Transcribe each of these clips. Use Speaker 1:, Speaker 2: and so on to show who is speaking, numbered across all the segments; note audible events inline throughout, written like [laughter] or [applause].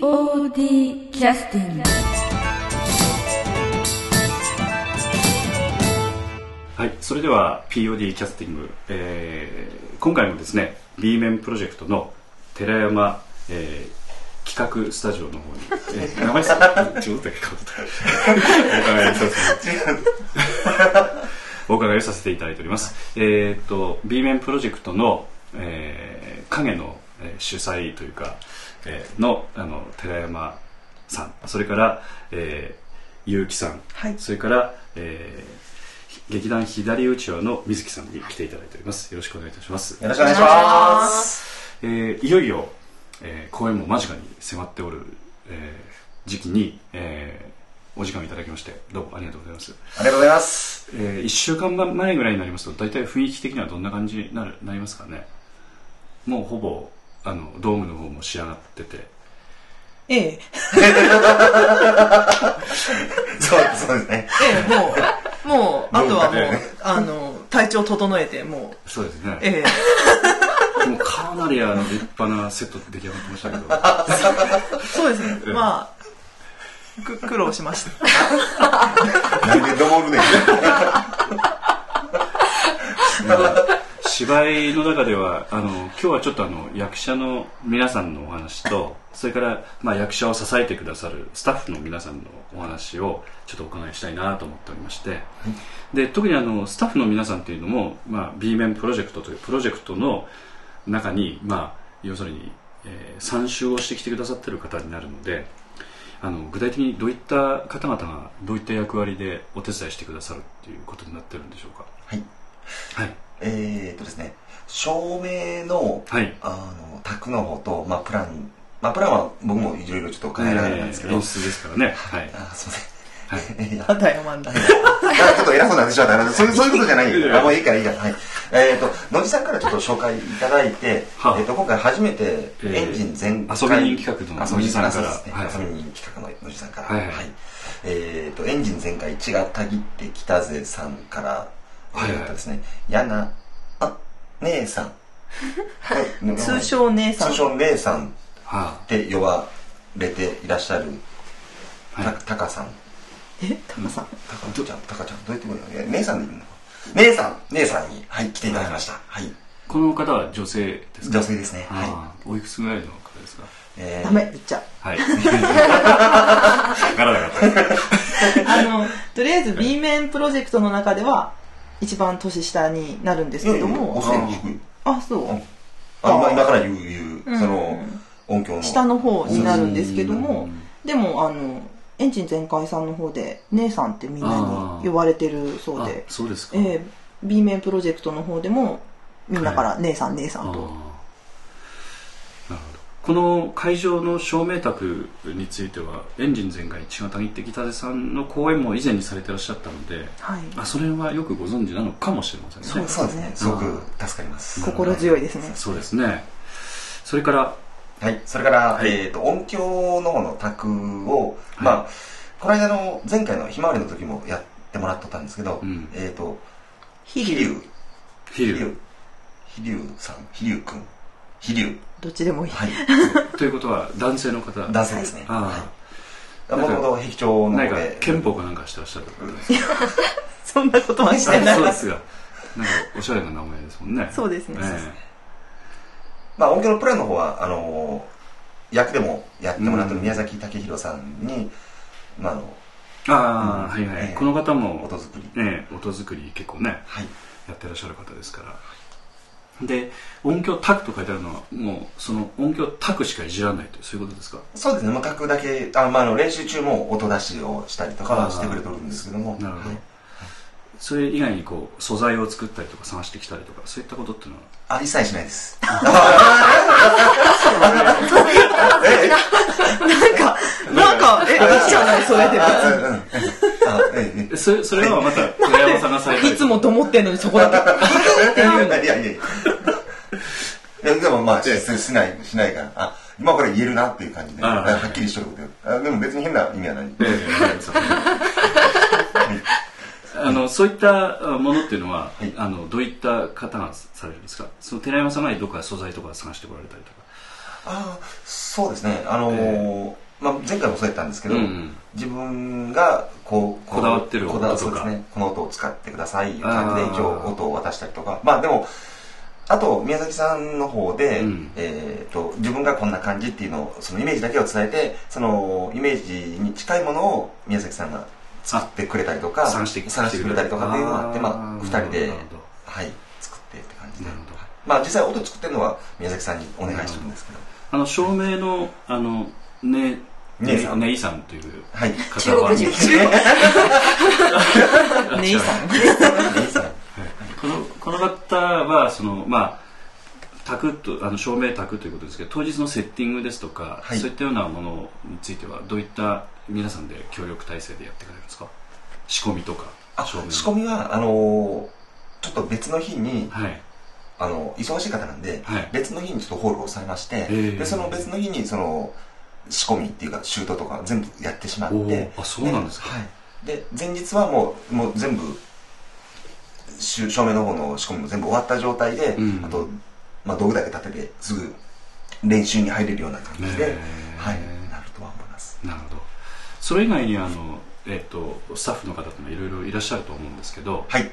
Speaker 1: POD キャスティング
Speaker 2: はい、それでは POD キャスティング、えー今回もですね B 面プロジェクトの寺山、えー企画スタジオの方に、えー、名前さちょっとだけ変わったお伺いさせてお伺いをさせていただいておりますえーっと B 面プロジェクトの、えー影の、えー主催というか、えーのあの寺山さんそれから、えー、結城さん
Speaker 3: はい、
Speaker 2: それから、えー劇団左うちわの水木さんに来ていただいております。よろしくお願いいたします。
Speaker 4: よろしくお願いします。
Speaker 2: えーいよいよ、えー公演も間近に迫っておる、えー時期に、えーお時間をいただきまして、どうもありがとうございます。
Speaker 4: ありがとうございます。
Speaker 2: え1週間前ぐらいになりますと、大体雰囲気的にはどんな感じになるなりますかね。もうほぼ、あの、ドームの方も仕上がってて、
Speaker 3: ええ、
Speaker 4: そうですそうですね。
Speaker 3: ええ、もう、もう、あとはもう
Speaker 4: 文化ね、
Speaker 3: あの、体調整えて、もう、
Speaker 2: そうですね。
Speaker 3: ええ、
Speaker 2: もうかなりあの立派なセット出来上がってましたけど。
Speaker 3: そうですね、まあ、く苦労しました。
Speaker 4: なんでどもるねん。
Speaker 2: 芝居の中ではあの今日はちょっとあの役者の皆さんのお話とそれから、まあ、役者を支えてくださるスタッフの皆さんのお話をちょっとお伺いしたいなと思っておりましてで特にあのスタッフの皆さんっていうのも、まあ、B 面プロジェクトというプロジェクトの中に、まあ、要するに、えー参集をしてきてくださってる方になるのであの具体的にどういった方々がどういった役割でお手伝いしてくださるっていうことになってるんでしょうか
Speaker 4: はい。
Speaker 2: はい
Speaker 4: [laughs] えーっとですね、照明の、
Speaker 2: はい
Speaker 4: あの、卓の方と、まあ、プラン、まあ、プランは僕もいろいろちょっと変えられたんですけど、
Speaker 2: 演出ですからね。はい。
Speaker 4: あー、す
Speaker 2: はい
Speaker 4: いま [laughs] せん。いや、
Speaker 3: あたよ、まんだ。
Speaker 4: なんかちょっと偉そうなんでしょうね。そういう、そういうことじゃないよ。あもういいからいいから。はい。えーっと、野地さんからちょっと紹介いただいて、
Speaker 2: はあ
Speaker 4: えーっと、今回初めて、
Speaker 2: えー
Speaker 4: エンジン全
Speaker 2: 遊び人企画の
Speaker 4: 遊
Speaker 2: 野
Speaker 4: び
Speaker 2: 地
Speaker 4: 人
Speaker 2: さんから
Speaker 4: あそうですね
Speaker 2: はい
Speaker 4: 遊び人企画の野地さんから。
Speaker 2: はいはい
Speaker 4: えーっと、エンジン全開、血がたぎってきたぜさんから、
Speaker 2: はいはい
Speaker 4: えーっとですね、やな、あ、姉さん。
Speaker 2: [laughs]
Speaker 4: はいもう
Speaker 3: 通称姉さん
Speaker 4: 通。称姉さんっ
Speaker 2: は
Speaker 4: て呼ばれていらっしゃる、
Speaker 2: あ、は
Speaker 4: たたかさん。
Speaker 3: え、タカさん。
Speaker 4: たかちゃん、たかちゃん、どうやって呼ぶのいや姉さんでいいのか姉さん、姉さんに、はい、来ていただきました。はい。
Speaker 2: い。この方は女性ですか
Speaker 4: 女性ですね。はい。
Speaker 2: ああおいくつぐらいの方ですか
Speaker 4: えー
Speaker 3: ダメ、言っちゃう。
Speaker 2: はい。わからなかった。
Speaker 3: あの、とりあえず B 面プロジェクトの中では、一番年下になるんです
Speaker 4: いや
Speaker 3: け
Speaker 4: いや
Speaker 3: ど
Speaker 4: お
Speaker 3: も、
Speaker 4: 世話に低い。
Speaker 3: あ、そう。
Speaker 4: あ、今、今から言う、言う、その、音響の。
Speaker 3: 下の方になるんですけど
Speaker 2: う
Speaker 3: も
Speaker 2: ん、
Speaker 3: でも、あの、エンジン全開さんの方で、姉さんってみんなに呼ばれてるそう
Speaker 2: あ
Speaker 3: で、
Speaker 2: そうですか。
Speaker 3: えー、B 面プロジェクトの方でもみんなから姉さん、姉さ
Speaker 2: ああ
Speaker 3: ん
Speaker 2: なる
Speaker 3: と
Speaker 2: ほど。この会場の照明卓についてはエンジン全開血がたぎってきたでさんの公演も以前にされてらっしゃったので、
Speaker 3: はい
Speaker 2: あそれはよくご存知なのかもしれませんね。
Speaker 3: そう
Speaker 4: そうですね。すごく助かります。
Speaker 3: 心強いですね
Speaker 2: そうですね。それから
Speaker 4: はい、それから、
Speaker 2: はい
Speaker 4: えっ、と、音響の方の卓を、まあ、この間の、前回のひまわりの時もやってもらっとったんですけど、
Speaker 2: うん
Speaker 4: えっ、と、
Speaker 3: 飛
Speaker 4: 飛
Speaker 3: 龍
Speaker 4: 龍、
Speaker 2: 飛
Speaker 4: 飛
Speaker 2: 龍
Speaker 4: 龍、飛龍さん、飛龍くん、飛龍、
Speaker 3: どっちでもいい、
Speaker 4: はい、
Speaker 2: ということは男性の方。
Speaker 4: 男性ですね。
Speaker 2: あ
Speaker 4: はい。もともと壁長
Speaker 2: あ、
Speaker 4: な
Speaker 2: なん
Speaker 4: の
Speaker 2: か
Speaker 4: で、
Speaker 2: 憲法かなんかしてらっしゃるってことですか
Speaker 3: そんなことはしてな
Speaker 2: あ
Speaker 3: い
Speaker 2: そうですが、なんかおしゃれな名前ですもんね。
Speaker 3: そうですね
Speaker 2: ええ
Speaker 4: まあ、音響のプランの方は、あのー役でもやってもらってる宮崎武弘さんに、まあ、あの、
Speaker 2: ああ、
Speaker 4: うん
Speaker 2: はいはい、
Speaker 4: ええ
Speaker 2: この方も
Speaker 4: 音作り。
Speaker 2: ねえ、音作り結構ね、
Speaker 4: はい。
Speaker 2: やってらっしゃる方ですから。で、音響タクと書いてあるのは、もうその音響タクしかいじらないという、そういうことですか。
Speaker 4: そうですね、もう卓だけ、あまあ、あの練習中も音出しをしたりとかはしてくれてるんですけども、
Speaker 2: なるほど
Speaker 4: はい
Speaker 2: それ以外にこう素材を作ったりとか探してきたりとか、そういったことっていうのは。
Speaker 4: あ、一切しないです。
Speaker 3: なんかなんかえいいじゃないそれで
Speaker 4: あうんうんあえええ
Speaker 2: えそれそれはまた、寺山さんがされたり
Speaker 3: いつ
Speaker 2: とか
Speaker 3: もと思ってんのにそこだけ
Speaker 4: えいやいやいやいやいやでもまあししないしないからあ今これ言えるなっていう感じで
Speaker 2: あはい
Speaker 4: はっきりしとることであでも別に変な意味はない
Speaker 2: ええわかりましたあのそういったものっていうのは、
Speaker 4: はい
Speaker 2: あのどういった方がされるんですかその寺山さんがどこか素材とか探してこられたりとか
Speaker 4: あーそうですねあのー
Speaker 2: え
Speaker 4: まあ、前回もそうやったんですけど、
Speaker 2: うん
Speaker 4: 自分がこうこう
Speaker 2: こだわってる音とか
Speaker 4: こだわそうですねこの音を使ってくださいいう感じで
Speaker 2: あー
Speaker 4: 一応音を渡したりとかまあでもあと宮崎さんの方で、
Speaker 2: うん
Speaker 4: えー、と自分がこんな感じっていうのをそのイメージだけを伝えてそのイメージに近いものを宮崎さんが作ってくれたりとか
Speaker 2: 探して
Speaker 4: 探してくれたりとかっていうのがあってまあ、2人で
Speaker 2: なるほど
Speaker 4: はい作ってって感じで
Speaker 2: なるほど
Speaker 4: まあ実際音作ってるのは宮崎さんにお願いしてるんですけど
Speaker 2: あの照明のあのねね
Speaker 4: ねえさん
Speaker 2: ねいさんという
Speaker 4: はい
Speaker 2: 方
Speaker 1: 中国人
Speaker 3: ネイさん
Speaker 4: いいですね
Speaker 2: このこの方はそのまあタクとあの照明タクということですけど当日のセッティングですとか、
Speaker 4: はい
Speaker 2: そういったようなものについてはどういった皆さんで協力体制でやっていかれるんですか仕込みとか
Speaker 4: あ
Speaker 2: 照明
Speaker 4: 仕込みはあのーちょっと別の日に
Speaker 2: はい
Speaker 4: あの忙しい方なんで、
Speaker 2: はい
Speaker 4: 別の日にちょっとホールを抑えまして、
Speaker 2: ー
Speaker 4: でその別の日にその仕込みっていうかシュートとか全部やってしまっ
Speaker 2: お
Speaker 4: て
Speaker 2: ーあそうなんですか、
Speaker 4: はい、で前日はもうもう全部しゅ照明の方の仕込みも全部終わった状態で、
Speaker 2: うん
Speaker 4: あと、まあ、道具だけ立ててすぐ練習に入れるような感じで、
Speaker 2: へー
Speaker 4: はい、なるとは思います
Speaker 2: なるほどそれ以外にあの、えっとスタッフの方ともいろいろいらっしゃると思うんですけど
Speaker 4: はい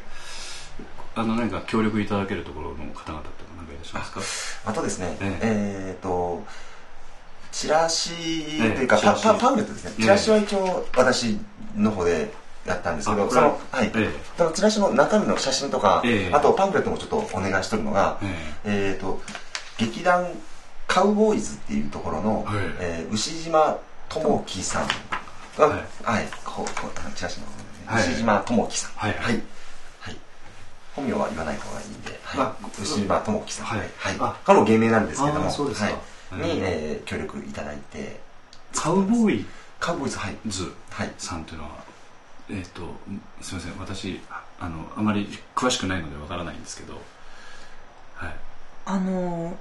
Speaker 2: あのなんか協力いただけるところの方々って何かいらっしゃいます
Speaker 4: あとですね
Speaker 2: ええ
Speaker 4: えっ、とチラシというか、
Speaker 2: ええ
Speaker 4: パ
Speaker 2: チ
Speaker 4: パ
Speaker 2: ラシ
Speaker 4: パンフレットですね
Speaker 2: ええ
Speaker 4: チラシは一応私の方でやったんですけ
Speaker 2: あ
Speaker 4: ど
Speaker 2: こ
Speaker 4: そ
Speaker 2: れは
Speaker 4: のはい、
Speaker 2: か、え
Speaker 4: そのチラシの中身の写真とか、
Speaker 2: ええ
Speaker 4: あとパンフレットもちょっとお願いしてるのが、
Speaker 2: ええ
Speaker 4: えー、と劇団カウボーイズっていうところの、
Speaker 2: はい
Speaker 4: えー牛島智樹さんが、
Speaker 2: は
Speaker 4: はいいこうこうあのチラシの方ですね、
Speaker 2: はい
Speaker 4: 牛島智樹さん
Speaker 2: はい
Speaker 4: はいはい本名は言わない方がいいんで、はい
Speaker 2: あ
Speaker 4: 牛島智樹さん、
Speaker 2: はいあ
Speaker 4: 彼の芸名なんですけど
Speaker 2: あー
Speaker 4: も
Speaker 2: そうですか
Speaker 4: はい
Speaker 2: うん
Speaker 4: に、えー協力いただいて
Speaker 2: カウボーイ
Speaker 4: カウボーイズはい、
Speaker 2: ズ
Speaker 4: はい、
Speaker 2: さんというのは、えー、とすみません私ああのあまり詳しくないのでわからないんですけど、はい、
Speaker 3: あのー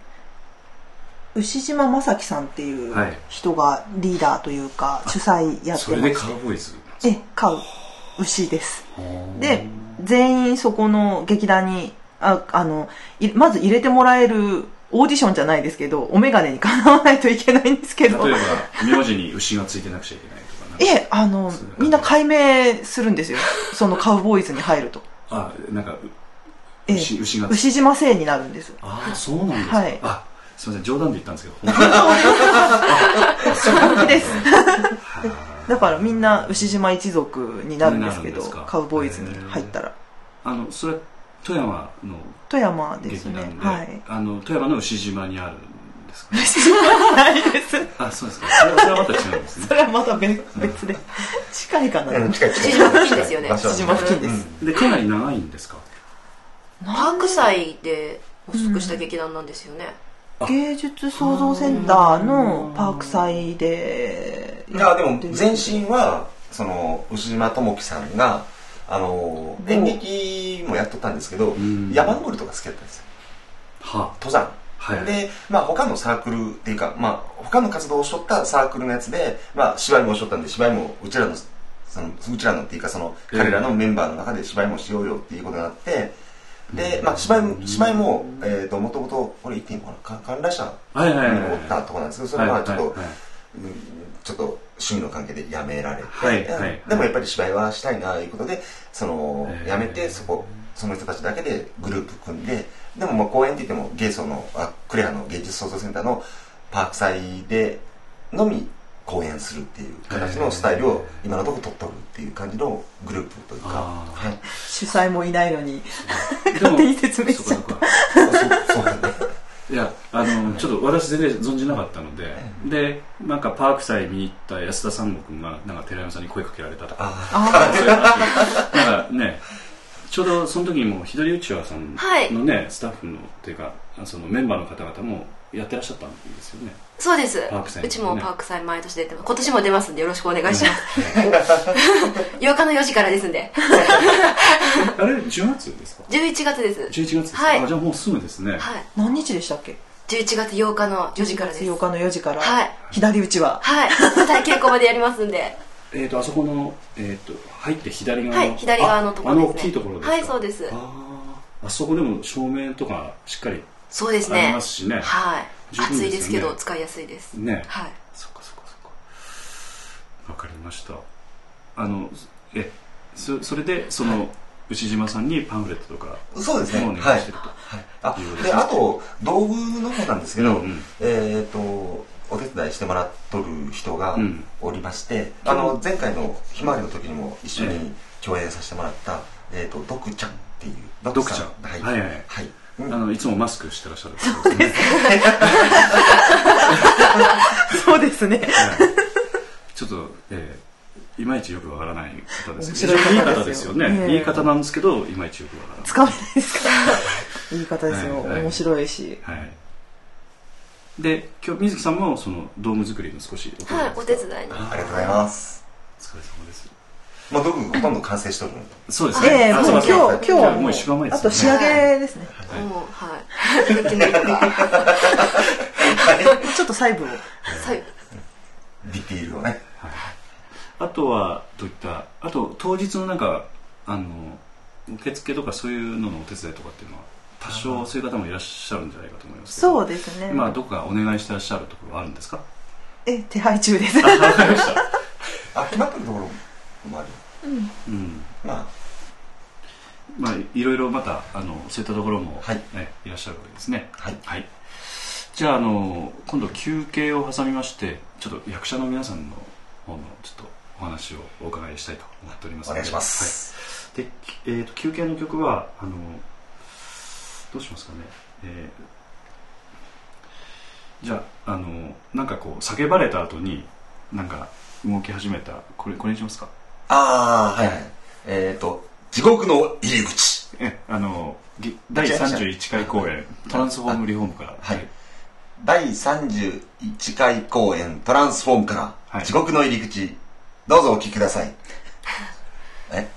Speaker 3: 牛島正樹さんっていう
Speaker 2: はい
Speaker 3: 人がリーダーというか主催やっ
Speaker 2: そ
Speaker 3: て
Speaker 2: れで
Speaker 3: ます
Speaker 2: カウボーイズ
Speaker 3: え飼う牛ですで
Speaker 2: で
Speaker 3: 全員そこの劇団にああのいまず入れてもらえるオーディションじゃないですけどお眼鏡にかなわないといけないんですけ
Speaker 2: 例え
Speaker 3: ど
Speaker 2: ば名字に牛がついてなくちゃいけないとかなんか
Speaker 3: えあのみんな解明するんですよそのカウボーイズに入ると
Speaker 2: あなんか
Speaker 3: ええ
Speaker 2: 牛,、牛がつい
Speaker 3: 牛島姓になるんです
Speaker 2: ああそうなんですか、
Speaker 3: はい
Speaker 2: あすみません冗談で言ったんですけど
Speaker 3: [laughs]
Speaker 2: 本当に
Speaker 3: 本気です
Speaker 2: はあ
Speaker 3: だからみんな牛島一族になるんですけ
Speaker 2: な
Speaker 3: ど
Speaker 2: るんですか
Speaker 3: カウボーイズに入ったら
Speaker 2: あのそれは富山の
Speaker 3: 富山で
Speaker 2: 劇
Speaker 3: すね
Speaker 2: 団で、
Speaker 3: はい
Speaker 2: あの富山の牛島にあるんですか、ね、
Speaker 3: 牛島ないです
Speaker 2: あそうですかそれはそれはまた違うんですね
Speaker 3: それはまた別別で近いかな
Speaker 4: うん近い
Speaker 5: 父島付近ですよね
Speaker 4: 場所は
Speaker 3: 父島付近です
Speaker 2: でかなり長いんですか
Speaker 5: 白菜で発足した劇団なんですよね、
Speaker 3: 芸術創造センターのパーク祭で
Speaker 4: いやでも前
Speaker 3: 身
Speaker 4: 身はその牛島智樹さんがあの
Speaker 3: うん
Speaker 4: 演劇もやっとったんですけど
Speaker 2: ん
Speaker 4: 山登りとか好きだったんですよ
Speaker 2: は
Speaker 4: 登山
Speaker 2: はい
Speaker 4: で、まあ、他のサークルっていうか、まあ、他の活動をしとったサークルのやつで、まあ、芝居もしとったんで芝居もうちらのそのうちらのっていうかその
Speaker 2: ええ
Speaker 4: 彼らのメンバーの中で芝居もしようよっていうことになってで、まあ、芝居も芝居も、えー、ともともとこれ言っていいのかなか観覧車
Speaker 2: はいはいはい
Speaker 4: に
Speaker 2: はい
Speaker 4: おったとこなんですけどそれはまあちょっと
Speaker 2: はいはい
Speaker 4: うんちょっと趣味の関係でやめられて、
Speaker 2: はいはい
Speaker 4: でもやっぱり芝居はしたいなということでその
Speaker 2: えー
Speaker 4: やめてそこその人たちだけでグループ組んででもまあ公演って言っても芸層のあクレアの芸術創造センターのパーク祭でのみ公演するっていう形のスタイルを今のところ取っとるっていう感じのグループというか、
Speaker 2: あー
Speaker 4: はい、
Speaker 3: 主催もいないのに
Speaker 2: でも
Speaker 3: 勝手に説明しちゃった
Speaker 2: そこそこ
Speaker 4: そうそうだね
Speaker 2: いやあのちょっと私全然存じなかったのででなんかパーク祭見に行った安田三悟君がなんか寺山さんに声かけられた
Speaker 4: [laughs]
Speaker 2: とか
Speaker 4: あ
Speaker 3: あ
Speaker 2: そういう話なんかねちょうどその時にもひどりうちわさん
Speaker 5: はい
Speaker 2: のね、スタッフのっていうかそのメンバーの方々もやってらっしゃったんですよね
Speaker 5: そうです
Speaker 2: パーク祭
Speaker 5: う
Speaker 2: ね
Speaker 5: ちもパーク祭毎年出てます今年も出ますんでよろしくお願いします、8日の4時からですんで [laughs]
Speaker 2: あれ10月ですか
Speaker 5: 11月です
Speaker 2: 11月ですか、
Speaker 5: はい
Speaker 2: あじゃあもうすぐですね、
Speaker 5: はい
Speaker 3: 何日でしたっけ
Speaker 5: 11月8日の4時からです
Speaker 3: 8日の4時から
Speaker 5: はい
Speaker 3: 左打ちは
Speaker 5: はい舞台稽古までやりますんで
Speaker 2: えー、とあそこの、えー、と入って左側の、
Speaker 5: はい左側のところですね
Speaker 2: ああの大きいところですか
Speaker 5: はいそうです
Speaker 2: あーあそこでも照明とかしっかり
Speaker 5: そうです
Speaker 2: あり
Speaker 5: ね
Speaker 2: ますしね
Speaker 5: はい
Speaker 2: 十分
Speaker 5: 暑いですけ
Speaker 2: よ
Speaker 5: ど
Speaker 2: ね
Speaker 5: 使いやすいです
Speaker 2: ね
Speaker 5: はい
Speaker 2: そっかそっかそっかわかりましたあのえそそれでその牛島さんにパンフレットとか
Speaker 4: そうですね。
Speaker 2: もうお
Speaker 4: は
Speaker 2: 願い
Speaker 4: い
Speaker 2: して。ると、
Speaker 4: あ
Speaker 2: いうことです
Speaker 4: で
Speaker 2: ね
Speaker 4: あと道具の方なんですけど、
Speaker 2: うん
Speaker 4: えっ、とお手伝いしてもらっとる人が
Speaker 2: うん
Speaker 4: おりまして、あの前回のひまわりの時にも一緒に共演させてもらった、えっ、とドクちゃんっていうド
Speaker 2: ドクちゃん
Speaker 4: はい
Speaker 2: は
Speaker 4: はいい、
Speaker 2: はいはいあのいつもマスクしてらっしゃるそうですね
Speaker 3: そうですね。
Speaker 2: はいちょっと、えーいまいちよくわからない方ですけど
Speaker 3: 面白
Speaker 2: い
Speaker 3: い
Speaker 2: い
Speaker 3: 方
Speaker 2: 方で
Speaker 3: ですす
Speaker 2: よ
Speaker 3: よ
Speaker 2: ね、
Speaker 3: ええ
Speaker 2: いい方なんですけどいまいちよくわからない
Speaker 3: 使わないですか言い方ですよ。
Speaker 2: はいはい
Speaker 3: 面白いし。
Speaker 2: はい、で今日水木さんもそのドーム作りの少しお手伝い
Speaker 5: はいお手伝いに
Speaker 4: ありがとうございます。
Speaker 2: お疲れ様です
Speaker 4: まあ道具ほとんど完成しとるので。
Speaker 2: そうですね、
Speaker 3: ええ、
Speaker 2: あ
Speaker 3: もう
Speaker 2: そう
Speaker 3: 今
Speaker 2: だ
Speaker 3: 日、
Speaker 2: そうだ
Speaker 3: 今日
Speaker 2: じゃあ
Speaker 3: は
Speaker 2: もう一番前ですね
Speaker 3: あと仕上げですね。
Speaker 2: はい
Speaker 5: もうはい [laughs] できない
Speaker 2: [laughs]
Speaker 5: か
Speaker 3: ちょっと細部を。
Speaker 5: 最後
Speaker 4: ディティールをね。
Speaker 2: あとはどういったあと当日のなんかあの受付とかそういうののお手伝いとかっていうのは多少そういう方もいらっしゃるんじゃないかと思いますけど
Speaker 3: そうですね。
Speaker 2: 今どこかお願いしてらっしゃるところはあるんですか
Speaker 3: え、手配
Speaker 2: [laughs]
Speaker 3: 中です。
Speaker 2: あわかりました、
Speaker 4: あ決まってるところもある。
Speaker 2: うん
Speaker 4: まあ
Speaker 2: まあ、いろいろまたあのそういったところも、
Speaker 4: はい
Speaker 2: ねいらっしゃるわけですね
Speaker 4: はい
Speaker 2: はい、じゃああの今度休憩を挟みましてちょっと役者の皆さんの方のちょっとお話をお伺いしたいと思っております
Speaker 4: お
Speaker 2: ので
Speaker 4: 願いします。
Speaker 2: で、えー、と休憩の曲はあのどうしますかね、えーじゃああのなんかこう叫ばれた後になんか動き始めたこれこれにしますか
Speaker 4: ああはいはい。えっ、と地獄の入り口。
Speaker 2: えあのぎ第31回公演「トランスフォームリフォーム」から、
Speaker 4: はい第31回公演トランスフォームか
Speaker 2: はい
Speaker 4: ら地獄の入り口、どうぞお聞きください [laughs] え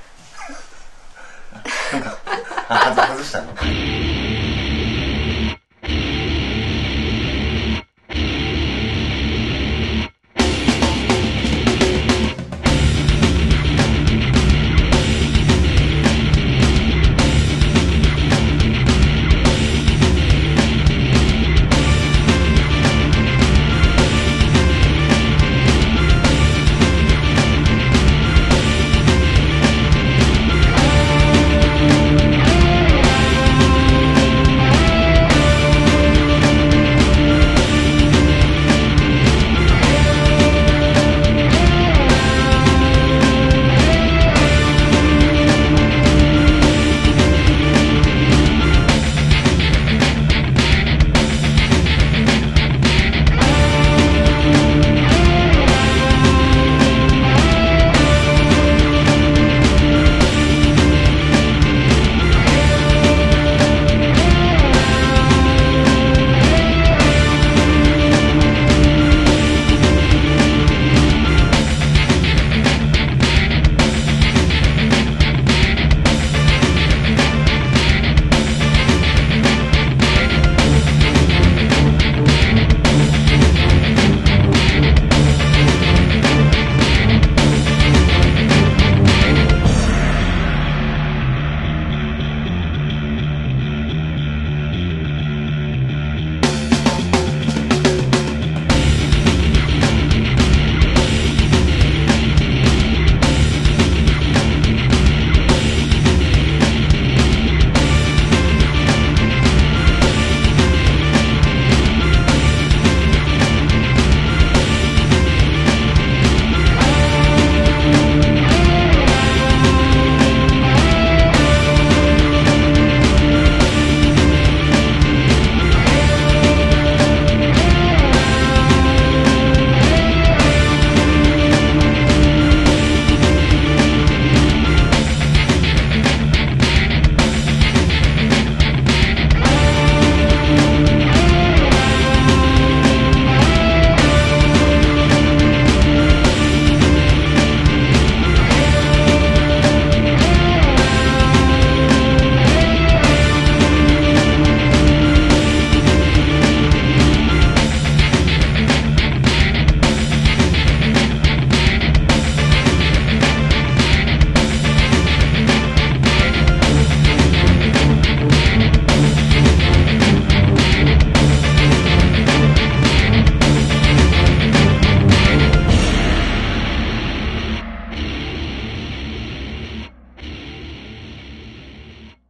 Speaker 4: なんかあ外外したの
Speaker 6: 「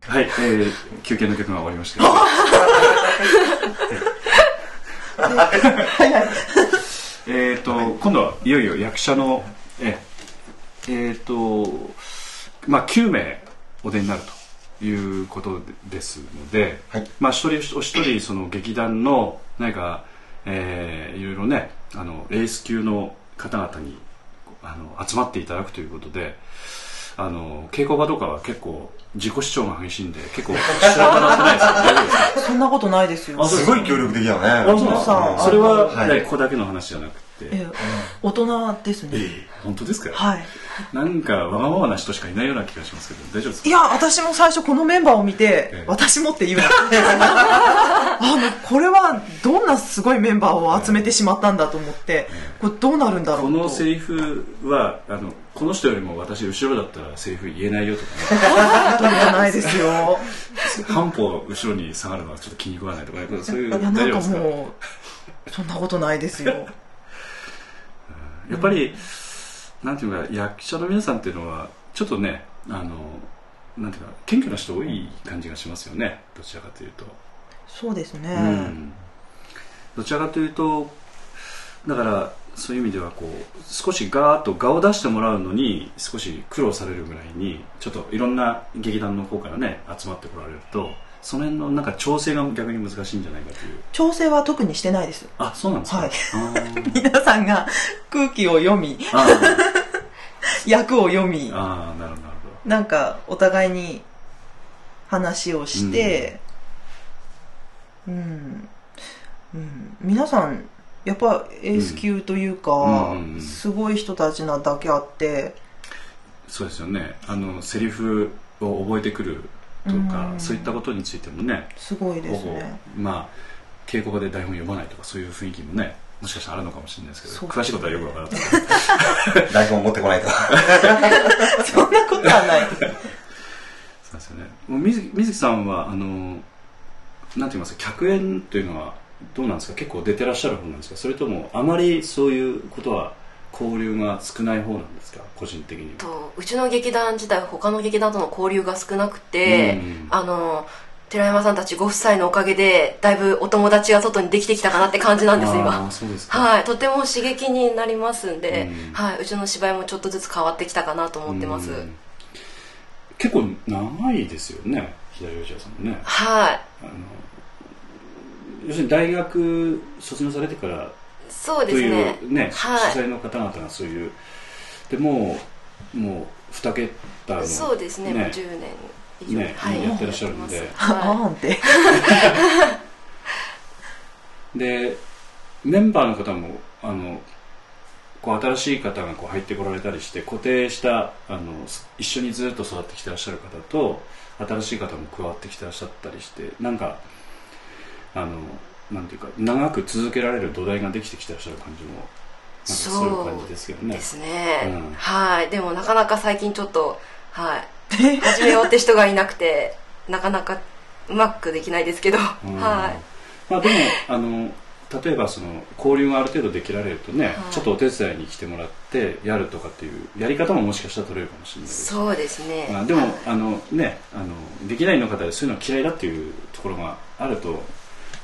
Speaker 2: えー休憩の曲が終わりま
Speaker 4: [laughs]
Speaker 2: したけどえっと今度はいよいよ役者のえーえーとまあ9名お出になるということですので、
Speaker 4: はい
Speaker 2: まあ一人お一人その劇団のなんか、えーいろいろねあのレース級の方々にあの集まっていただくということであの稽古場とかは結構自己主張が激しいんで結構散らからってないですよ大丈夫ですか
Speaker 3: [laughs] そんなことないですよ
Speaker 2: あ。
Speaker 4: [laughs] すごい協力的だよね。
Speaker 2: あそうですか
Speaker 3: さん
Speaker 2: それは、
Speaker 4: はい
Speaker 2: ねここだけの話じゃなくて
Speaker 3: え大人ですね。
Speaker 2: 本当ですか、
Speaker 3: はい。
Speaker 2: なんかわがままな人しかいないような気がしますけど大丈夫ですか
Speaker 3: いや、私も最初このメンバーを見て、
Speaker 2: ええ
Speaker 3: 私もって言うの。 [laughs] あの、これはどんなすごいメンバーを集めてしまったんだと思って、これどうなるんだろう。
Speaker 2: ことのセリフはあのこの人よりも私後ろだったらセリフ言えないよとかね
Speaker 3: とんでもないですよ。
Speaker 2: 半歩後ろに下がるのはちょっと気に食わないとかね [laughs] そういう
Speaker 3: い
Speaker 2: 大
Speaker 3: や、な
Speaker 2: 丈
Speaker 3: ん
Speaker 2: 夫
Speaker 3: か
Speaker 2: ですか
Speaker 3: もう、そんなことないですよ。
Speaker 2: やっぱり、なんていうか役者の皆さんっていうのはちょっとねあのなんていうか謙虚な人多い感じがしますよねどちらかというと、
Speaker 3: そうですね。
Speaker 2: うんどちらかというとだからそういう意味ではこう少しガーッと顔を出してもらうのに少し苦労されるぐらいにちょっといろんな劇団の方からね集まってこられるとその辺のなんか調整が逆に難しいんじゃないかという
Speaker 3: 調整は特にしてないです。
Speaker 2: あそうなんですか、
Speaker 3: はい
Speaker 2: あー
Speaker 3: 皆さんが空気を読み、
Speaker 2: あー
Speaker 3: 役を読み、
Speaker 2: あーなるほどなるほど
Speaker 3: なんかお互いに話をして、うん、うん、皆さん、やっぱエース級というか、
Speaker 2: うん
Speaker 3: すごい人たちなだけあって、
Speaker 2: そうですよねあのセリフを覚えてくるとか、
Speaker 3: うん
Speaker 2: そういったことについてもね
Speaker 3: すごいです
Speaker 2: ほ
Speaker 3: ね。
Speaker 2: ぼまあ稽古場で台本読まないとかそういう雰囲気もねもしかしたらあるのかもしれないですけど
Speaker 3: そう
Speaker 2: 詳しいことはよくわからない
Speaker 4: 台本持ってこ [laughs] ないと。
Speaker 3: [laughs] そんなことはない。
Speaker 2: そうですよねもう水木水木さんはあのなんて言いますか客演というのはどうなんですか結構出てらっしゃる方なんですかそれともあまりそういうことは交流が少ない方なんですか個人的には
Speaker 5: とうちの劇団自体は他の劇団との交流が少なくて、
Speaker 2: うん
Speaker 5: あの寺山さんたちご夫妻のおかげでだいぶお友達が外にできてきたかなって感じなんです
Speaker 2: あー
Speaker 5: 今
Speaker 2: そうですか、
Speaker 5: はいとても刺激になりますんで、
Speaker 2: うん
Speaker 5: はいうちの芝居もちょっとずつ変わってきたかなと思ってます、
Speaker 2: うん結構長いですよね左吉田さんもね
Speaker 5: はい
Speaker 2: あの要するに大学卒業されてから
Speaker 5: そう
Speaker 2: と
Speaker 5: です
Speaker 2: い
Speaker 5: ね
Speaker 2: うね
Speaker 5: はい
Speaker 2: 主催の方々がそういうでもうもう2桁の
Speaker 5: そうですねもう10年以上、
Speaker 2: ね
Speaker 5: はい
Speaker 2: やってらっしゃるんで
Speaker 5: やってます
Speaker 3: あ
Speaker 5: は
Speaker 3: ーんって。
Speaker 2: でメンバーの方もあのこう新しい方がこう入ってこられたりして固定したあのす一緒にずっと育ってきてらっしゃる方と新しい方も加わってきてらっしゃったりしてなんかあのなんていうか長く続けられる土台ができてきてらっしゃる感じもなんかする感じですけど
Speaker 5: い、
Speaker 2: ね
Speaker 5: ですね、
Speaker 2: うん
Speaker 5: はいでもなかなか最近ちょっとはい始めようって人がいなくて [laughs] なかなかうまくできないですけど、
Speaker 2: うん
Speaker 5: はい
Speaker 2: まあ、でもあの例えばその交流がある程度できられるとね、
Speaker 5: はい
Speaker 2: ちょっとお手伝いに来てもらってやるとかっていうやり方ももしかしたら取れるかもしれないです
Speaker 5: そうですね
Speaker 2: まあ、でもあのねあの劇団員の方でそういうの嫌いだっていうところがあると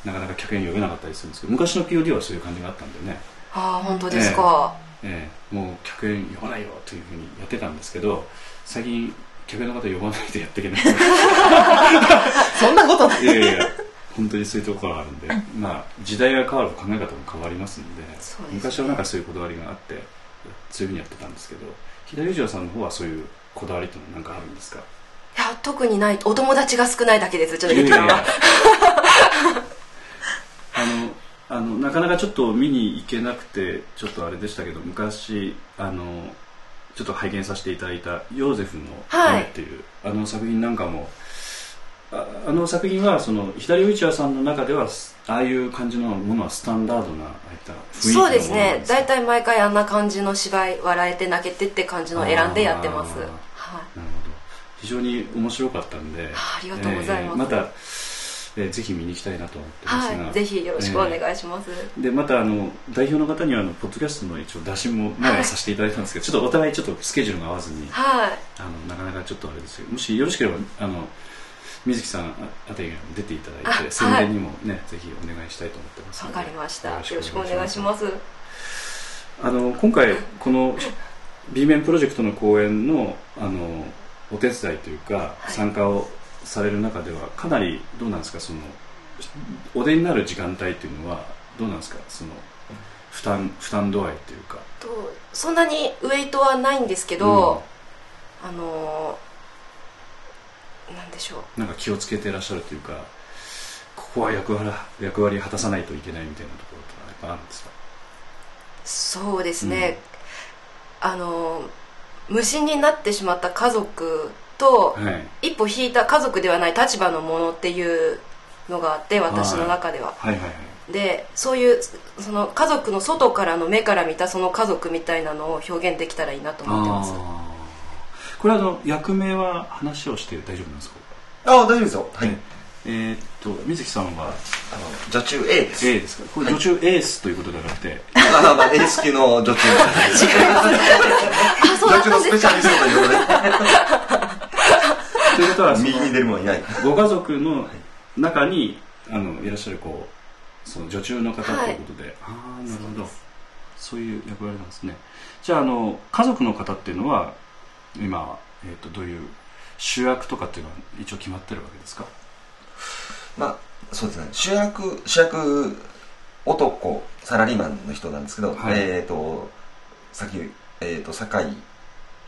Speaker 2: なかなか客に呼べなかったりするんですけど昔の POD はそういう感じがあったんでね、
Speaker 5: ああ本当ですか、
Speaker 2: ええもう客演呼ばないよというふうにやってたんですけど最近客の方呼ばないでやっていけない [laughs]
Speaker 3: そんなことない。
Speaker 2: いやいやいや本当にそういうところがあるんで、まあ、時代が変わると考え方も変わりますんで
Speaker 5: そうですね
Speaker 2: 昔はなんかそういうこだわりがあってそういうふうにやってたんですけど左藤さんの方はそういうこだわりっていうのは何かあるんですか
Speaker 5: いや特にないお友達が少ないだけですうちの
Speaker 2: いや
Speaker 5: 劇
Speaker 2: いや
Speaker 5: 団
Speaker 2: い
Speaker 5: は [laughs]
Speaker 2: やあのあのなかなかちょっと見に行けなくてちょっとあれでしたけど昔あのちょっと拝見させていただいた「ヨーゼフの
Speaker 5: はい
Speaker 2: 雨」っていう、あの作品なんかもああの作品はその左内輪さんの中ではすああいう感じのものはスタンダードなああいった雰囲気のも
Speaker 5: そ
Speaker 2: の
Speaker 5: うですね大体毎回あんな感じの芝居笑えて泣けてって感じのを選んでやってま
Speaker 2: あ
Speaker 5: す
Speaker 2: ー
Speaker 5: は
Speaker 2: な
Speaker 5: い
Speaker 2: るほど非常に面白かったんで
Speaker 5: あありがとうござい
Speaker 2: え
Speaker 5: ます
Speaker 2: ーまた、えーぜひ見に行きたいなと思ってますが、
Speaker 5: はい、ぜひよろしくお願いします、
Speaker 2: でまたあの代表の方にはあのポッドキャストの一応打診も前させていただいたんですけど、ちょっとお互いちょっとスケジュールが合わずに
Speaker 5: はい
Speaker 2: あのなかなかちょっとあれですけどもしよろしければあの水木さんあたりが出ていただいて
Speaker 5: あ
Speaker 2: 宣伝にもね、ぜひお願いしたいと思ってます
Speaker 5: わ
Speaker 2: ので
Speaker 5: かりましたよ
Speaker 2: よ
Speaker 5: ろ
Speaker 2: ろ
Speaker 5: し
Speaker 2: し
Speaker 5: く
Speaker 2: く
Speaker 5: お
Speaker 2: お
Speaker 5: 願
Speaker 2: 願
Speaker 5: い
Speaker 2: い
Speaker 5: し
Speaker 2: し
Speaker 5: ま
Speaker 2: ますあの今回この B 面プロジェクトの公演のあのお手伝いというか、
Speaker 5: はい
Speaker 2: 参加をされる中ではかなりどうなんですかそのお出になる時間帯というのはどうなんですかその負担負担度合いというか
Speaker 5: とそんなにウェイトはないんですけど、あのーなんでしょう
Speaker 2: なんか気をつけてらっしゃるというかここは役割役割果たさないといけないみたいなところとかやっぱあるんですか
Speaker 5: そうですね、あのー無心になってしまった家族と、
Speaker 2: はい
Speaker 5: 一歩引いた家族ではない立場のものっていうのがあって私の中では、
Speaker 2: はいはいはい
Speaker 5: でそういうその家族の外からの目から見たその家族みたいなのを表現できたらいいなと思ってます
Speaker 2: あーこれはあの役名は話をして大丈夫なんですか
Speaker 4: ああ、大丈夫ですよ。はい。
Speaker 2: えーっと水木さんは
Speaker 4: あの、女中 A です。
Speaker 2: A ですかこれ女中エースということではなくて、
Speaker 4: あの、まあ A 式の女中 [laughs] です。
Speaker 2: [laughs]
Speaker 4: 女中のスペシャリストという [laughs] ことで、
Speaker 2: ということはその
Speaker 4: 右に出るものいない。
Speaker 2: ご家族の中にあのいらっしゃるこうその女中の方ということで、ああなるほどそういう役割なんですねじゃああの家族の方っていうのは今、えーっとどういう主役とかっていうのは一応決まってるわけですか
Speaker 4: まあ、そうですね。主役、主役男、サラリーマンの人なんですけど、
Speaker 2: はい
Speaker 4: えっ、と、さっき、えっ、と、酒井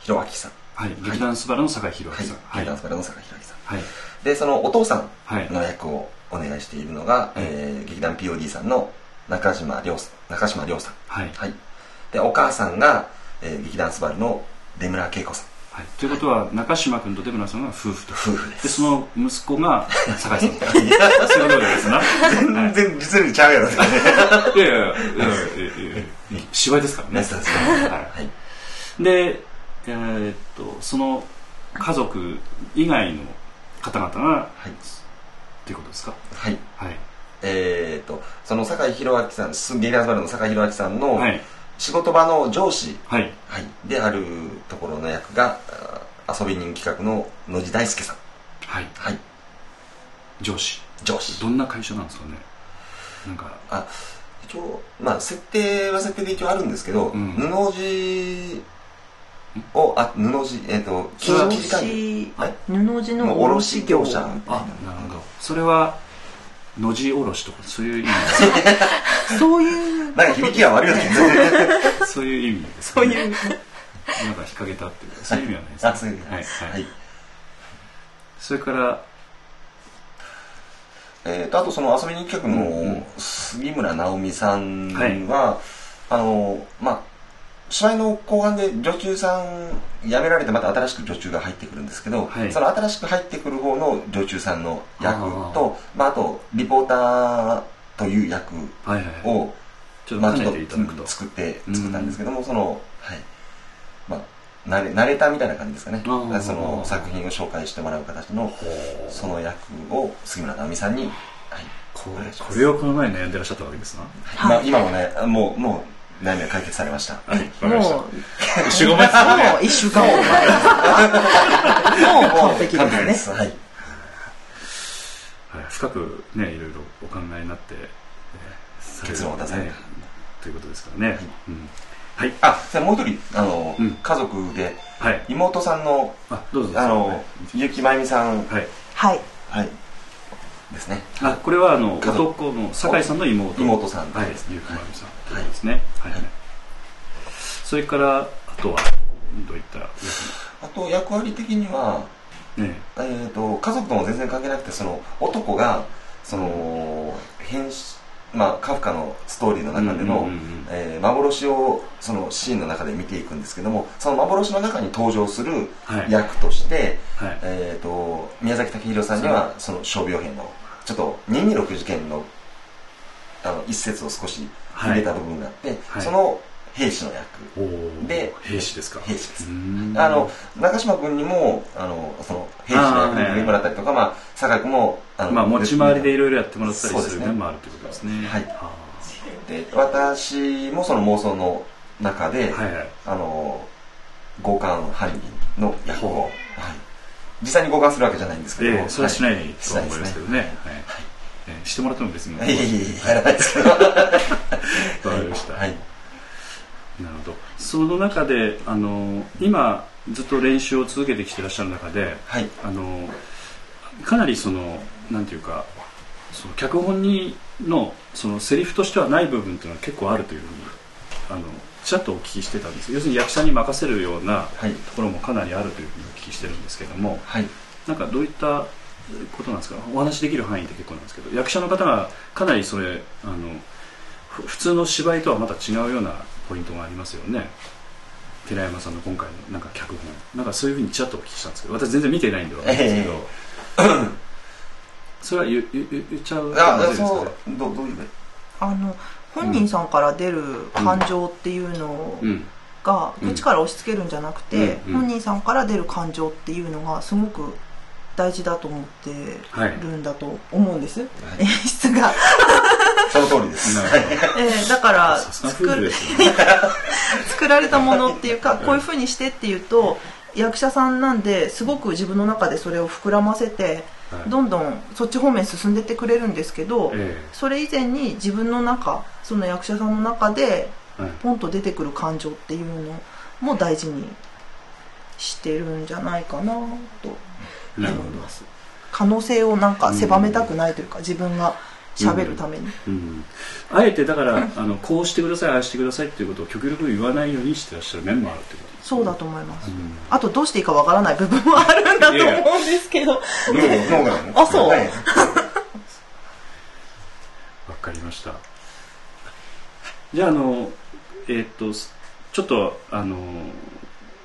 Speaker 4: 宏明さん。
Speaker 2: はい劇団スバルの酒井宏
Speaker 4: はい
Speaker 2: 明さん。はい
Speaker 4: 劇
Speaker 2: はい
Speaker 4: 団スパルの酒井宏明さん。
Speaker 2: はい
Speaker 4: で、そのお父さ
Speaker 2: はい
Speaker 4: んの役をお願いしているのが、
Speaker 2: うん
Speaker 4: えー劇団 POD さんの中島亮さん。中島亮さん。
Speaker 2: はい
Speaker 4: はい。で、お母さんが、えー劇団スバルの出村恵子さん。
Speaker 2: ということは中島君と出村さんが夫婦と
Speaker 4: 夫婦です。
Speaker 2: でその息子が酒井さんと
Speaker 4: いや
Speaker 2: そういうことですな、はい
Speaker 4: [laughs] 全然実力ちゃうやろですね。
Speaker 2: いやいやいやいやいやいや芝居ですからね。
Speaker 4: そうです
Speaker 2: は
Speaker 4: はい。
Speaker 2: い、で、えーっとその家族以外の方々が
Speaker 4: はい。
Speaker 2: っていうことですか。
Speaker 4: はい。
Speaker 2: はい。
Speaker 4: えー、と、その酒井宏明さん、すゲイラーズバルの酒井宏明さんの
Speaker 2: はい
Speaker 4: 仕事場の上司、
Speaker 2: はい。
Speaker 4: はい、であるところの役が、あー遊び人企画の野地大輔さん。
Speaker 2: はい。
Speaker 4: はい。
Speaker 2: 上司。
Speaker 4: 上司
Speaker 2: ど。んな会社なんですかね。なんか
Speaker 4: あ、一応、まあ、設定は設定で一応あるんですけど、
Speaker 2: うん
Speaker 4: 布地を、あ、布地、えっ、と、
Speaker 3: 布
Speaker 4: 金切り管理。
Speaker 3: 地
Speaker 4: はい
Speaker 3: 布地
Speaker 4: の
Speaker 3: の
Speaker 4: 卸
Speaker 3: 卸
Speaker 4: 業
Speaker 3: 業
Speaker 4: 者
Speaker 3: 者
Speaker 4: みたい
Speaker 2: あ
Speaker 4: な。
Speaker 2: なるほど。それは野地おろしとかそういう意味
Speaker 3: そういう
Speaker 4: なんか響きが悪いよね。
Speaker 2: [laughs] そういう意味です
Speaker 3: そ
Speaker 2: か
Speaker 3: う
Speaker 2: ね、
Speaker 3: い
Speaker 2: な
Speaker 3: う
Speaker 2: んか引っ掛けたっていうそういう意味はないです、ね。
Speaker 4: あ、そういう
Speaker 2: はい
Speaker 4: は
Speaker 2: はいい。。それから
Speaker 4: えー、とあとその遊び人企画
Speaker 2: うんう
Speaker 4: の
Speaker 2: ん
Speaker 4: 杉村直美さんは、あのまあ芝居の後半で女中さん辞められてまた新しく女中が入ってくるんですけど、
Speaker 2: はい
Speaker 4: その新しく入ってくる方の女中さんの役とまあ、あとリポーターという役
Speaker 2: はいはいはい。
Speaker 4: を、
Speaker 2: ちょっと
Speaker 4: まあ、
Speaker 2: 兼
Speaker 4: ち
Speaker 2: ね
Speaker 4: ょっと
Speaker 2: ていただくと。
Speaker 4: 作って作ったんですけども、そのはいまあ慣れ慣れたみたいな感じですかね
Speaker 2: あー
Speaker 4: その作品を紹介してもらう形のその役を杉村直美さんに、はい、
Speaker 2: こ
Speaker 4: お願いします
Speaker 2: これをこの前悩んでらっしゃったわけですな。
Speaker 4: まあ、今もね、もう、もう、悩みは解決され
Speaker 2: [laughs]
Speaker 4: ました。はい。
Speaker 2: わかりました
Speaker 3: もう
Speaker 2: 一週間前です
Speaker 4: [laughs]
Speaker 2: ね。
Speaker 3: もう一週間も前ですからもう完璧
Speaker 4: 完璧
Speaker 3: で
Speaker 4: ですす。はい。
Speaker 2: はい、深くね、いろいろお考えになって、えーされる
Speaker 4: 結論を出された
Speaker 2: ねということですからね。
Speaker 4: い
Speaker 2: うんはい、
Speaker 4: あ、それもう一人、あの、
Speaker 2: うん
Speaker 4: 家族で、
Speaker 2: はい、
Speaker 4: 妹さんの、
Speaker 2: あ、どうぞ。
Speaker 4: あの、結城まゆみさん、
Speaker 2: はい、
Speaker 3: はい
Speaker 4: はい。ですね。
Speaker 2: あ、これはあの、
Speaker 4: 家族
Speaker 2: 男の酒井さんの妹。
Speaker 4: 妹さん
Speaker 2: はい、
Speaker 4: で
Speaker 2: ゆ
Speaker 4: す
Speaker 2: きまるさん。という
Speaker 4: は
Speaker 2: こと
Speaker 4: い
Speaker 2: ですね。はい、
Speaker 4: はい
Speaker 2: それから、あとは、どういった役
Speaker 4: あと、役割的には、
Speaker 2: も。ね、
Speaker 4: えっ、と、家族とも全然関係なくて、その、男が、その、変し、まあ、カフカのストーリーの中での、
Speaker 2: うんうんうんうん
Speaker 4: えー幻をそのシーンの中で見ていくんですけどもその幻の中に登場する
Speaker 2: はい
Speaker 4: 役として、
Speaker 2: はい、
Speaker 4: えー、と宮崎武弘さんにはその傷病編のちょっと226事件のあの一節を少し入れた部分があって、
Speaker 2: はい
Speaker 4: その兵士の役
Speaker 2: おー
Speaker 4: で
Speaker 2: 兵士ですか。
Speaker 4: 兵士です
Speaker 2: うーん
Speaker 4: あの、中島君にもあのその兵士の役に入れてもらったりとか、まあ、酒井君もあの
Speaker 2: まあ、持ち回りでいろいろやってもらったり
Speaker 4: そうです
Speaker 2: する
Speaker 4: ね
Speaker 2: 面もあるということですね。
Speaker 4: はい
Speaker 2: あ
Speaker 4: で私もその妄想の中
Speaker 2: ー
Speaker 4: で、
Speaker 2: はい、はい。
Speaker 4: あの強姦犯人の役を、
Speaker 2: ほ
Speaker 4: はい、実際に合格するわけじゃないんですけど、
Speaker 2: ええそれはしないと
Speaker 4: は
Speaker 2: 思いますけどね、はいええしてもらっても別に
Speaker 4: しないですねいえいえいえやらないですけど
Speaker 2: わかりました
Speaker 4: はい
Speaker 2: なるほどその中であの今ずっと練習を続けてきてらっしゃる中で
Speaker 4: はい
Speaker 2: あのかなりそのなんていうかその脚本にのそのセリフとしてはない部分というのは結構あるというふうにあのちらっとお聞きしてたんです要するに役者に任せるような
Speaker 4: はい
Speaker 2: ところもかなりあるというふうにお聞きしてるんですけども
Speaker 4: はい
Speaker 2: なんかどういったことなんですかお話しできる範囲で結構なんですけど役者の方がかなりそれあのふ普通の芝居とはまた違うようなポイントがありますよね寺山さんの今回のなんか脚本なんかそういうふうにちらっとお聞きしたんですけど私全然見てないんでわかんないですけど、
Speaker 4: え
Speaker 2: それは言言言言っちゃうとまず
Speaker 4: あ
Speaker 2: いですか
Speaker 4: そ
Speaker 2: ね
Speaker 4: うどうどういう
Speaker 3: あの本人さんから出る感情っていうの
Speaker 2: うん
Speaker 3: が、
Speaker 2: うん
Speaker 3: 口から押し付けるんじゃなくて、
Speaker 2: うんうん
Speaker 3: 本人さんから出る感情っていうのがすごく大事だと思って
Speaker 2: はい
Speaker 3: るんだと思うんです、
Speaker 4: い
Speaker 3: 演出
Speaker 2: [laughs]
Speaker 3: が、
Speaker 4: その通りです
Speaker 2: なるほど
Speaker 3: えーだから
Speaker 2: さすが
Speaker 3: 作
Speaker 2: 夫婦
Speaker 3: る
Speaker 2: ですよね
Speaker 3: 作られたものっていうかこういう風にしてっていうと役者さんなんですごく自分の中でそれを膨らませて
Speaker 2: はい
Speaker 3: どんどんそっち方面進んでってくれるんですけど
Speaker 2: え
Speaker 3: それ以前に自分の中その役者さんの中で
Speaker 2: えはい
Speaker 3: ポンと出てくる感情っていうのも大事にしてるんじゃないかなと
Speaker 2: な
Speaker 3: 思
Speaker 2: る
Speaker 3: い
Speaker 2: ほど
Speaker 3: ます可能性をなんか狭めたくないというか自分が喋るために
Speaker 2: うんあえてだからあのこうしてくださいああしてくださいっていうことを極力言わないようにしてらっしゃる面もあるってことです
Speaker 3: そうだと思います
Speaker 2: うん
Speaker 3: あとどうしていいかわからない部分もあるんだと思うんですけど
Speaker 4: 脳脳がね
Speaker 3: あそう
Speaker 4: はい
Speaker 2: わかりましたじゃああのえーっとすちょっとあの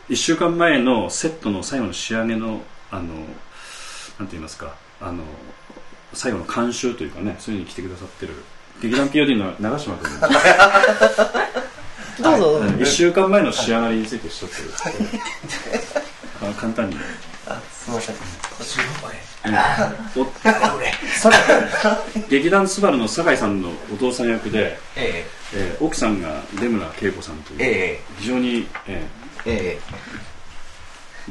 Speaker 2: 1週間前のセットの最後の仕上げのあのなんて言いますかあの最後の監修というかねそういうのに来てくださってる劇団 POD の長嶋君
Speaker 3: どうぞどうぞ
Speaker 2: 1週間前の仕上がりについて一つ、あの簡単に
Speaker 4: あすみません
Speaker 2: お劇団スバルの酒井さんのお父さん役で、え
Speaker 6: え
Speaker 2: ー奥さんが出村恵子さんという、
Speaker 6: ええ
Speaker 2: 非常に、え
Speaker 6: ええ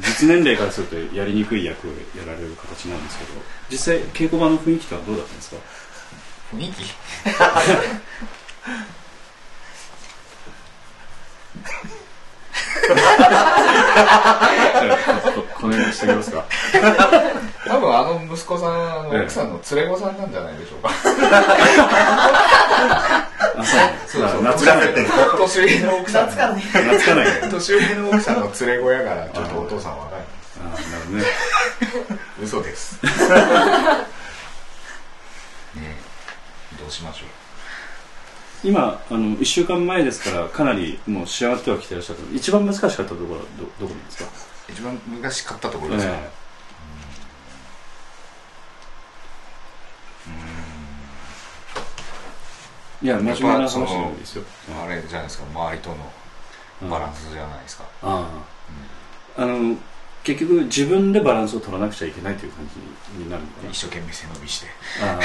Speaker 2: ー実年齢からするとやりにくい役をやられる形なんですけど実際稽古場の雰囲気とはどうだったんですか
Speaker 6: え雰囲気
Speaker 2: [laughs] この辺にしておきますか
Speaker 6: 多分あの息子さんはあの
Speaker 2: ええ
Speaker 6: 奥さんの連れ子さんなんじゃないでしょうか
Speaker 2: あ [laughs] そうだ懐
Speaker 4: ずら
Speaker 2: かな
Speaker 4: せ
Speaker 2: い
Speaker 4: てる
Speaker 6: 年上の奥さんの
Speaker 2: 懐かないあ
Speaker 6: 年上の奥さんの連れ子やからちょっとお父さんわかんない
Speaker 2: ーなるほどね
Speaker 6: 嘘です
Speaker 2: [laughs]
Speaker 6: ねえどうしましょう
Speaker 2: 今あの1週間前ですからかなりもう仕上がってはきてらっしゃると一番難しかったところはどどこなんですか
Speaker 6: 一番難しかったところですか、
Speaker 2: ええいや真面目な話でもいいですよ
Speaker 6: あれじゃないですか周りとのバランスじゃないですか、
Speaker 2: あああの結局自分でバランスを取らなくちゃいけないという感じになるのかな
Speaker 6: 一生懸命背伸びして
Speaker 2: ああ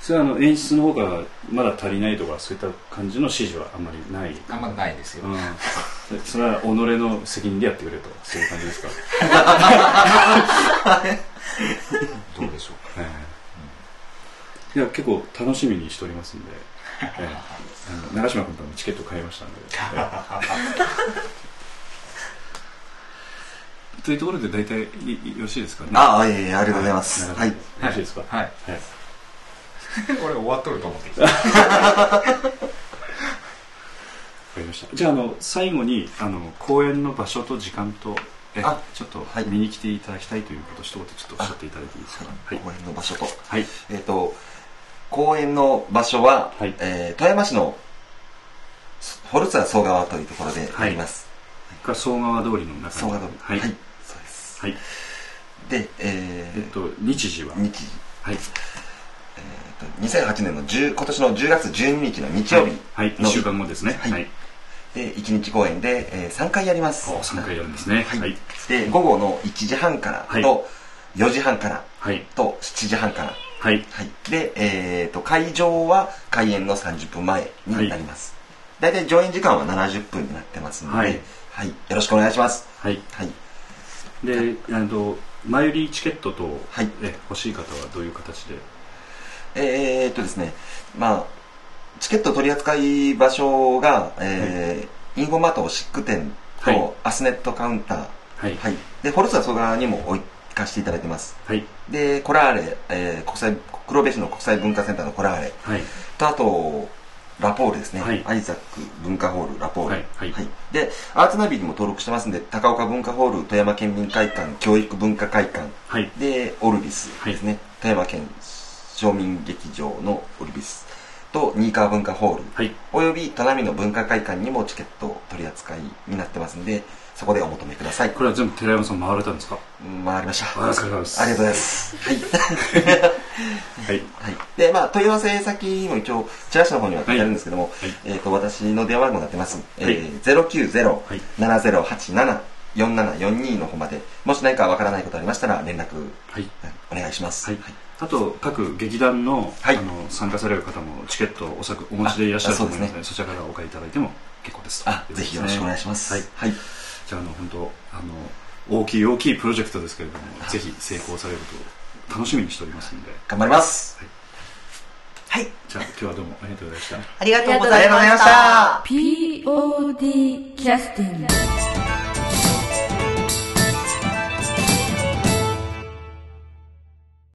Speaker 2: それはあの演出の方からまだ足りないとかそういった感じの指示はあんまりない
Speaker 6: あんまないですよ、
Speaker 2: うん、それは己の責任でやってくれとそういう感じですか、
Speaker 6: どうでしょうか
Speaker 2: ええいや結構楽しみにしておりますんで、ええあの長嶋君ともチケット買いましたんで、ええというところで大体いいよろしいですかね
Speaker 4: ああいえいえありがとうございます
Speaker 2: 長嶋
Speaker 4: は
Speaker 2: 君
Speaker 4: い
Speaker 2: よろしいですか、
Speaker 6: はい
Speaker 2: はい
Speaker 6: 俺終わっとると思って
Speaker 2: わかりましたじゃああの最後にあの公演の場所と時間とえ
Speaker 4: あ
Speaker 2: ちょっと
Speaker 4: はい
Speaker 2: 見に来ていただきたいということを一言ちょっとおっしゃっていただいていいですかはい
Speaker 4: 公園の場所と
Speaker 2: はい
Speaker 4: えっ、と公園の場所は、
Speaker 2: はい
Speaker 4: えー富山市のホルツァ総川というところであります、
Speaker 2: が総川通りの中
Speaker 4: 総
Speaker 2: に
Speaker 4: 川通り
Speaker 2: はい、はい
Speaker 4: そうですでえ
Speaker 2: えっと日時は
Speaker 4: ー、日
Speaker 2: はい
Speaker 4: 2008年の10今年の10月12日の日曜日、
Speaker 2: はい1
Speaker 4: の
Speaker 2: 週間後ですねは、
Speaker 4: はいい
Speaker 2: はい、
Speaker 4: で1日公演で、えー、3回やります
Speaker 2: 3回やるんですねは
Speaker 4: はいい
Speaker 2: はい、
Speaker 4: で午後の1時半から
Speaker 2: はい
Speaker 4: と4時半から
Speaker 2: はい
Speaker 4: と7時半から、はい、で、えー、と会場は開演の30分前になります、大体上演時間は70分になってますので、
Speaker 2: は
Speaker 4: はいいよろしくお願いします
Speaker 2: はい
Speaker 4: はい
Speaker 2: であの前売りチケットと、
Speaker 4: はい
Speaker 2: え欲しい方はどういう形で
Speaker 4: えーっとですね、まあ、チケット取り扱い場所が、えーインフォマートシック店と、
Speaker 2: はい
Speaker 4: アスネットカウンター、
Speaker 2: はい
Speaker 4: はい、でホルツァソガにも置かせていただいてます
Speaker 2: はい
Speaker 4: でコラーレ、えー国際黒部市の国際文化センターのコラーレ
Speaker 2: はい
Speaker 4: とあとラポールですね、
Speaker 2: はい
Speaker 4: アイザック文化ホールラポール、
Speaker 2: はいはい
Speaker 4: でアーツナビにも登録してますんで高岡文化ホール富山県民会館教育文化会館
Speaker 2: はい
Speaker 4: でオルビスですね、富山県庶民劇場のオルビスと新川文化ホール
Speaker 2: はい
Speaker 4: および只見の文化会館にもチケット取り扱いになってますんでそこでお求めください
Speaker 2: これは全部寺山さん回れたんですか
Speaker 4: うん回りました
Speaker 2: お疲れ様です
Speaker 4: ありがとうございます
Speaker 2: は
Speaker 4: はい、
Speaker 2: い
Speaker 4: はい、でまあ問い合わせ先も一応チラシの方には書いてあるんですけども、
Speaker 2: い
Speaker 4: えー、と私の電話番号になってます、
Speaker 2: はい
Speaker 4: えー、090-7087-4742の方までもし何かわからないことありましたら連絡
Speaker 2: はい
Speaker 4: お願いします、
Speaker 2: はいあと各劇団の,、
Speaker 4: はい
Speaker 2: あの参加される方もチケットをおそらくお持ちでいらっしゃると思いますので
Speaker 4: あ
Speaker 2: そちらからお借りいただいても結構です
Speaker 4: あぜひよろしくお願いします
Speaker 2: はい、
Speaker 4: はい
Speaker 2: じゃああの本当あの大きい大きいプロジェクトですけれどもぜひ成功されると楽しみにしておりますので
Speaker 4: 頑張ります
Speaker 3: はい。
Speaker 2: じゃあ今日はどうもありがとうございました
Speaker 3: ありがとうご
Speaker 5: あ
Speaker 3: ざ
Speaker 5: り
Speaker 3: い
Speaker 5: がとうご
Speaker 3: ま
Speaker 5: ざ
Speaker 3: し
Speaker 5: いまし
Speaker 1: POD
Speaker 5: たた。
Speaker 1: キャスティング